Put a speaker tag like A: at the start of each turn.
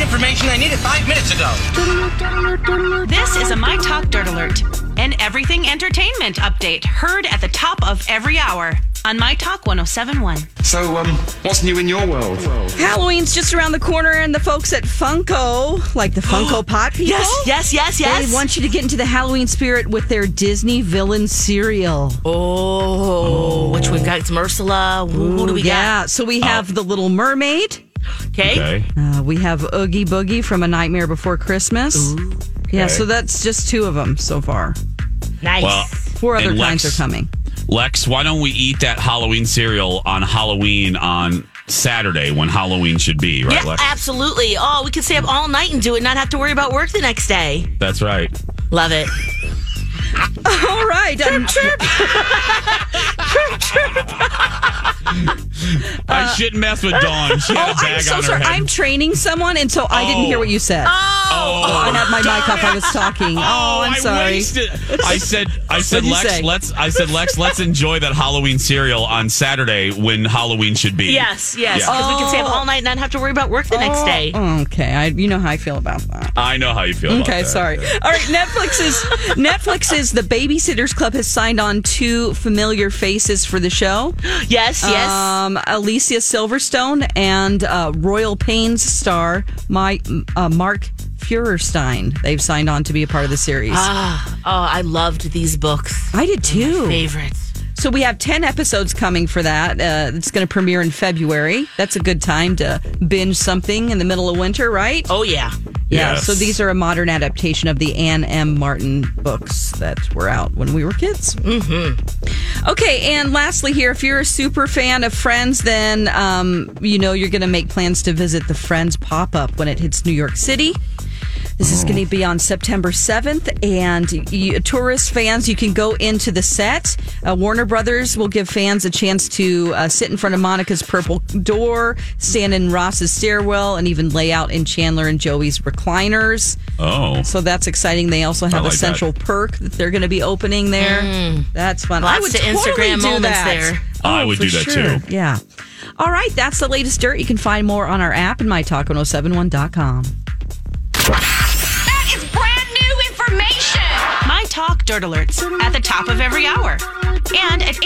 A: information I needed five minutes ago.
B: This is a My Talk Dirt Alert, an everything entertainment update heard at the top of every hour on My Talk 1071.
C: So, um, what's new in your world?
D: Halloween's just around the corner, and the folks at Funko, like the Funko Pop people,
E: Yes, yes, yes, yes.
D: they want you to get into the Halloween spirit with their Disney villain cereal.
E: oh, which we've got it's Ursula. Who, who do we
D: yeah, so
F: Oh.
D: we have the Little Mermaid.
E: got? Okay.
D: Uh, we have Oogie Boogie from A Nightmare Before Christmas. Yeah, so that's just two of them so far.
E: Nice.
F: Well,
D: Four other
F: and
D: kinds
F: Lex-
D: are coming.
F: Lex, why don't we eat that Halloween cereal on Halloween on Saturday when Halloween should be, right,
E: yeah,
F: Lex?
E: absolutely. Oh, we could stay up all night and do it, and not have to worry about work the next day.
F: That's right.
E: Love it.
D: All right. um,
F: I shouldn't mess with Dawn. She had
D: Uh, oh,
F: a bag
D: I'm so
F: on her
D: sorry.
F: head.
D: I'm training someone, and so I didn't hear what you said.
F: oh,
D: I had my mic off. I was talking. Oh, I'm
F: I
D: sorry.
F: wasted- I said, I said,
D: What'd you
F: Lex,
D: say?
F: let's. I said, Lex, let's enjoy that Halloween cereal on Saturday when Halloween should be.
E: Yes, yes.
F: Yeah.
E: Because we can stay up
D: Oh.
E: all night and not have to worry about work the next day.
D: Okay, I, you know how I feel about that.
F: I know how you feel. about
D: Okay,
F: that.
D: sorry. All right, Netflix is Netflix is the Babysitters Club has signed on two familiar faces for the show.
E: Yes, yes.
D: Um, Alicia Silverstone and uh, Royal Pains star my uh, Mark Feuerstein. They've signed on to be a part of the series.
E: oh, I loved these books.
D: I did too.
E: Favorites.
D: So we have ten episodes coming for that. Uh, it's going to premiere in February. That's a good time to binge something in the middle of winter, right?
E: Oh yeah.
D: Yeah,
F: Yes.
D: so these are a modern adaptation of the Anne M. Martin books that were out when we were kids. Mm-hmm. Okay, and lastly, here, if you're a super fan of Friends, then um, you know you're going to make plans to visit the Friends pop up when it hits New York City. This
F: Oh.
D: is going to be on September 7th, and you, tourist fans, you can go into the set. Uh, Warner Brothers will give fans a chance to uh, sit in front of Monica's purple door, stand in Ross's stairwell, and even lay out in Chandler and Joey's recliners.
F: Oh,
D: So that's exciting. They also have
F: like
D: a
F: that.
D: central perk that they're going to be opening there. That's fun.
E: Mm. Lots
D: I would
E: of
D: totally
E: Instagram
D: do
E: moments
D: that.
E: there.
F: I would
D: oh, for
F: do that
D: sure.
F: too.
D: Yeah. All right, that's the latest dirt. You can find more on our app and mytalk1071.com.
G: That is brand new information.
B: My Talk Dirt Alerts at the top of every hour and at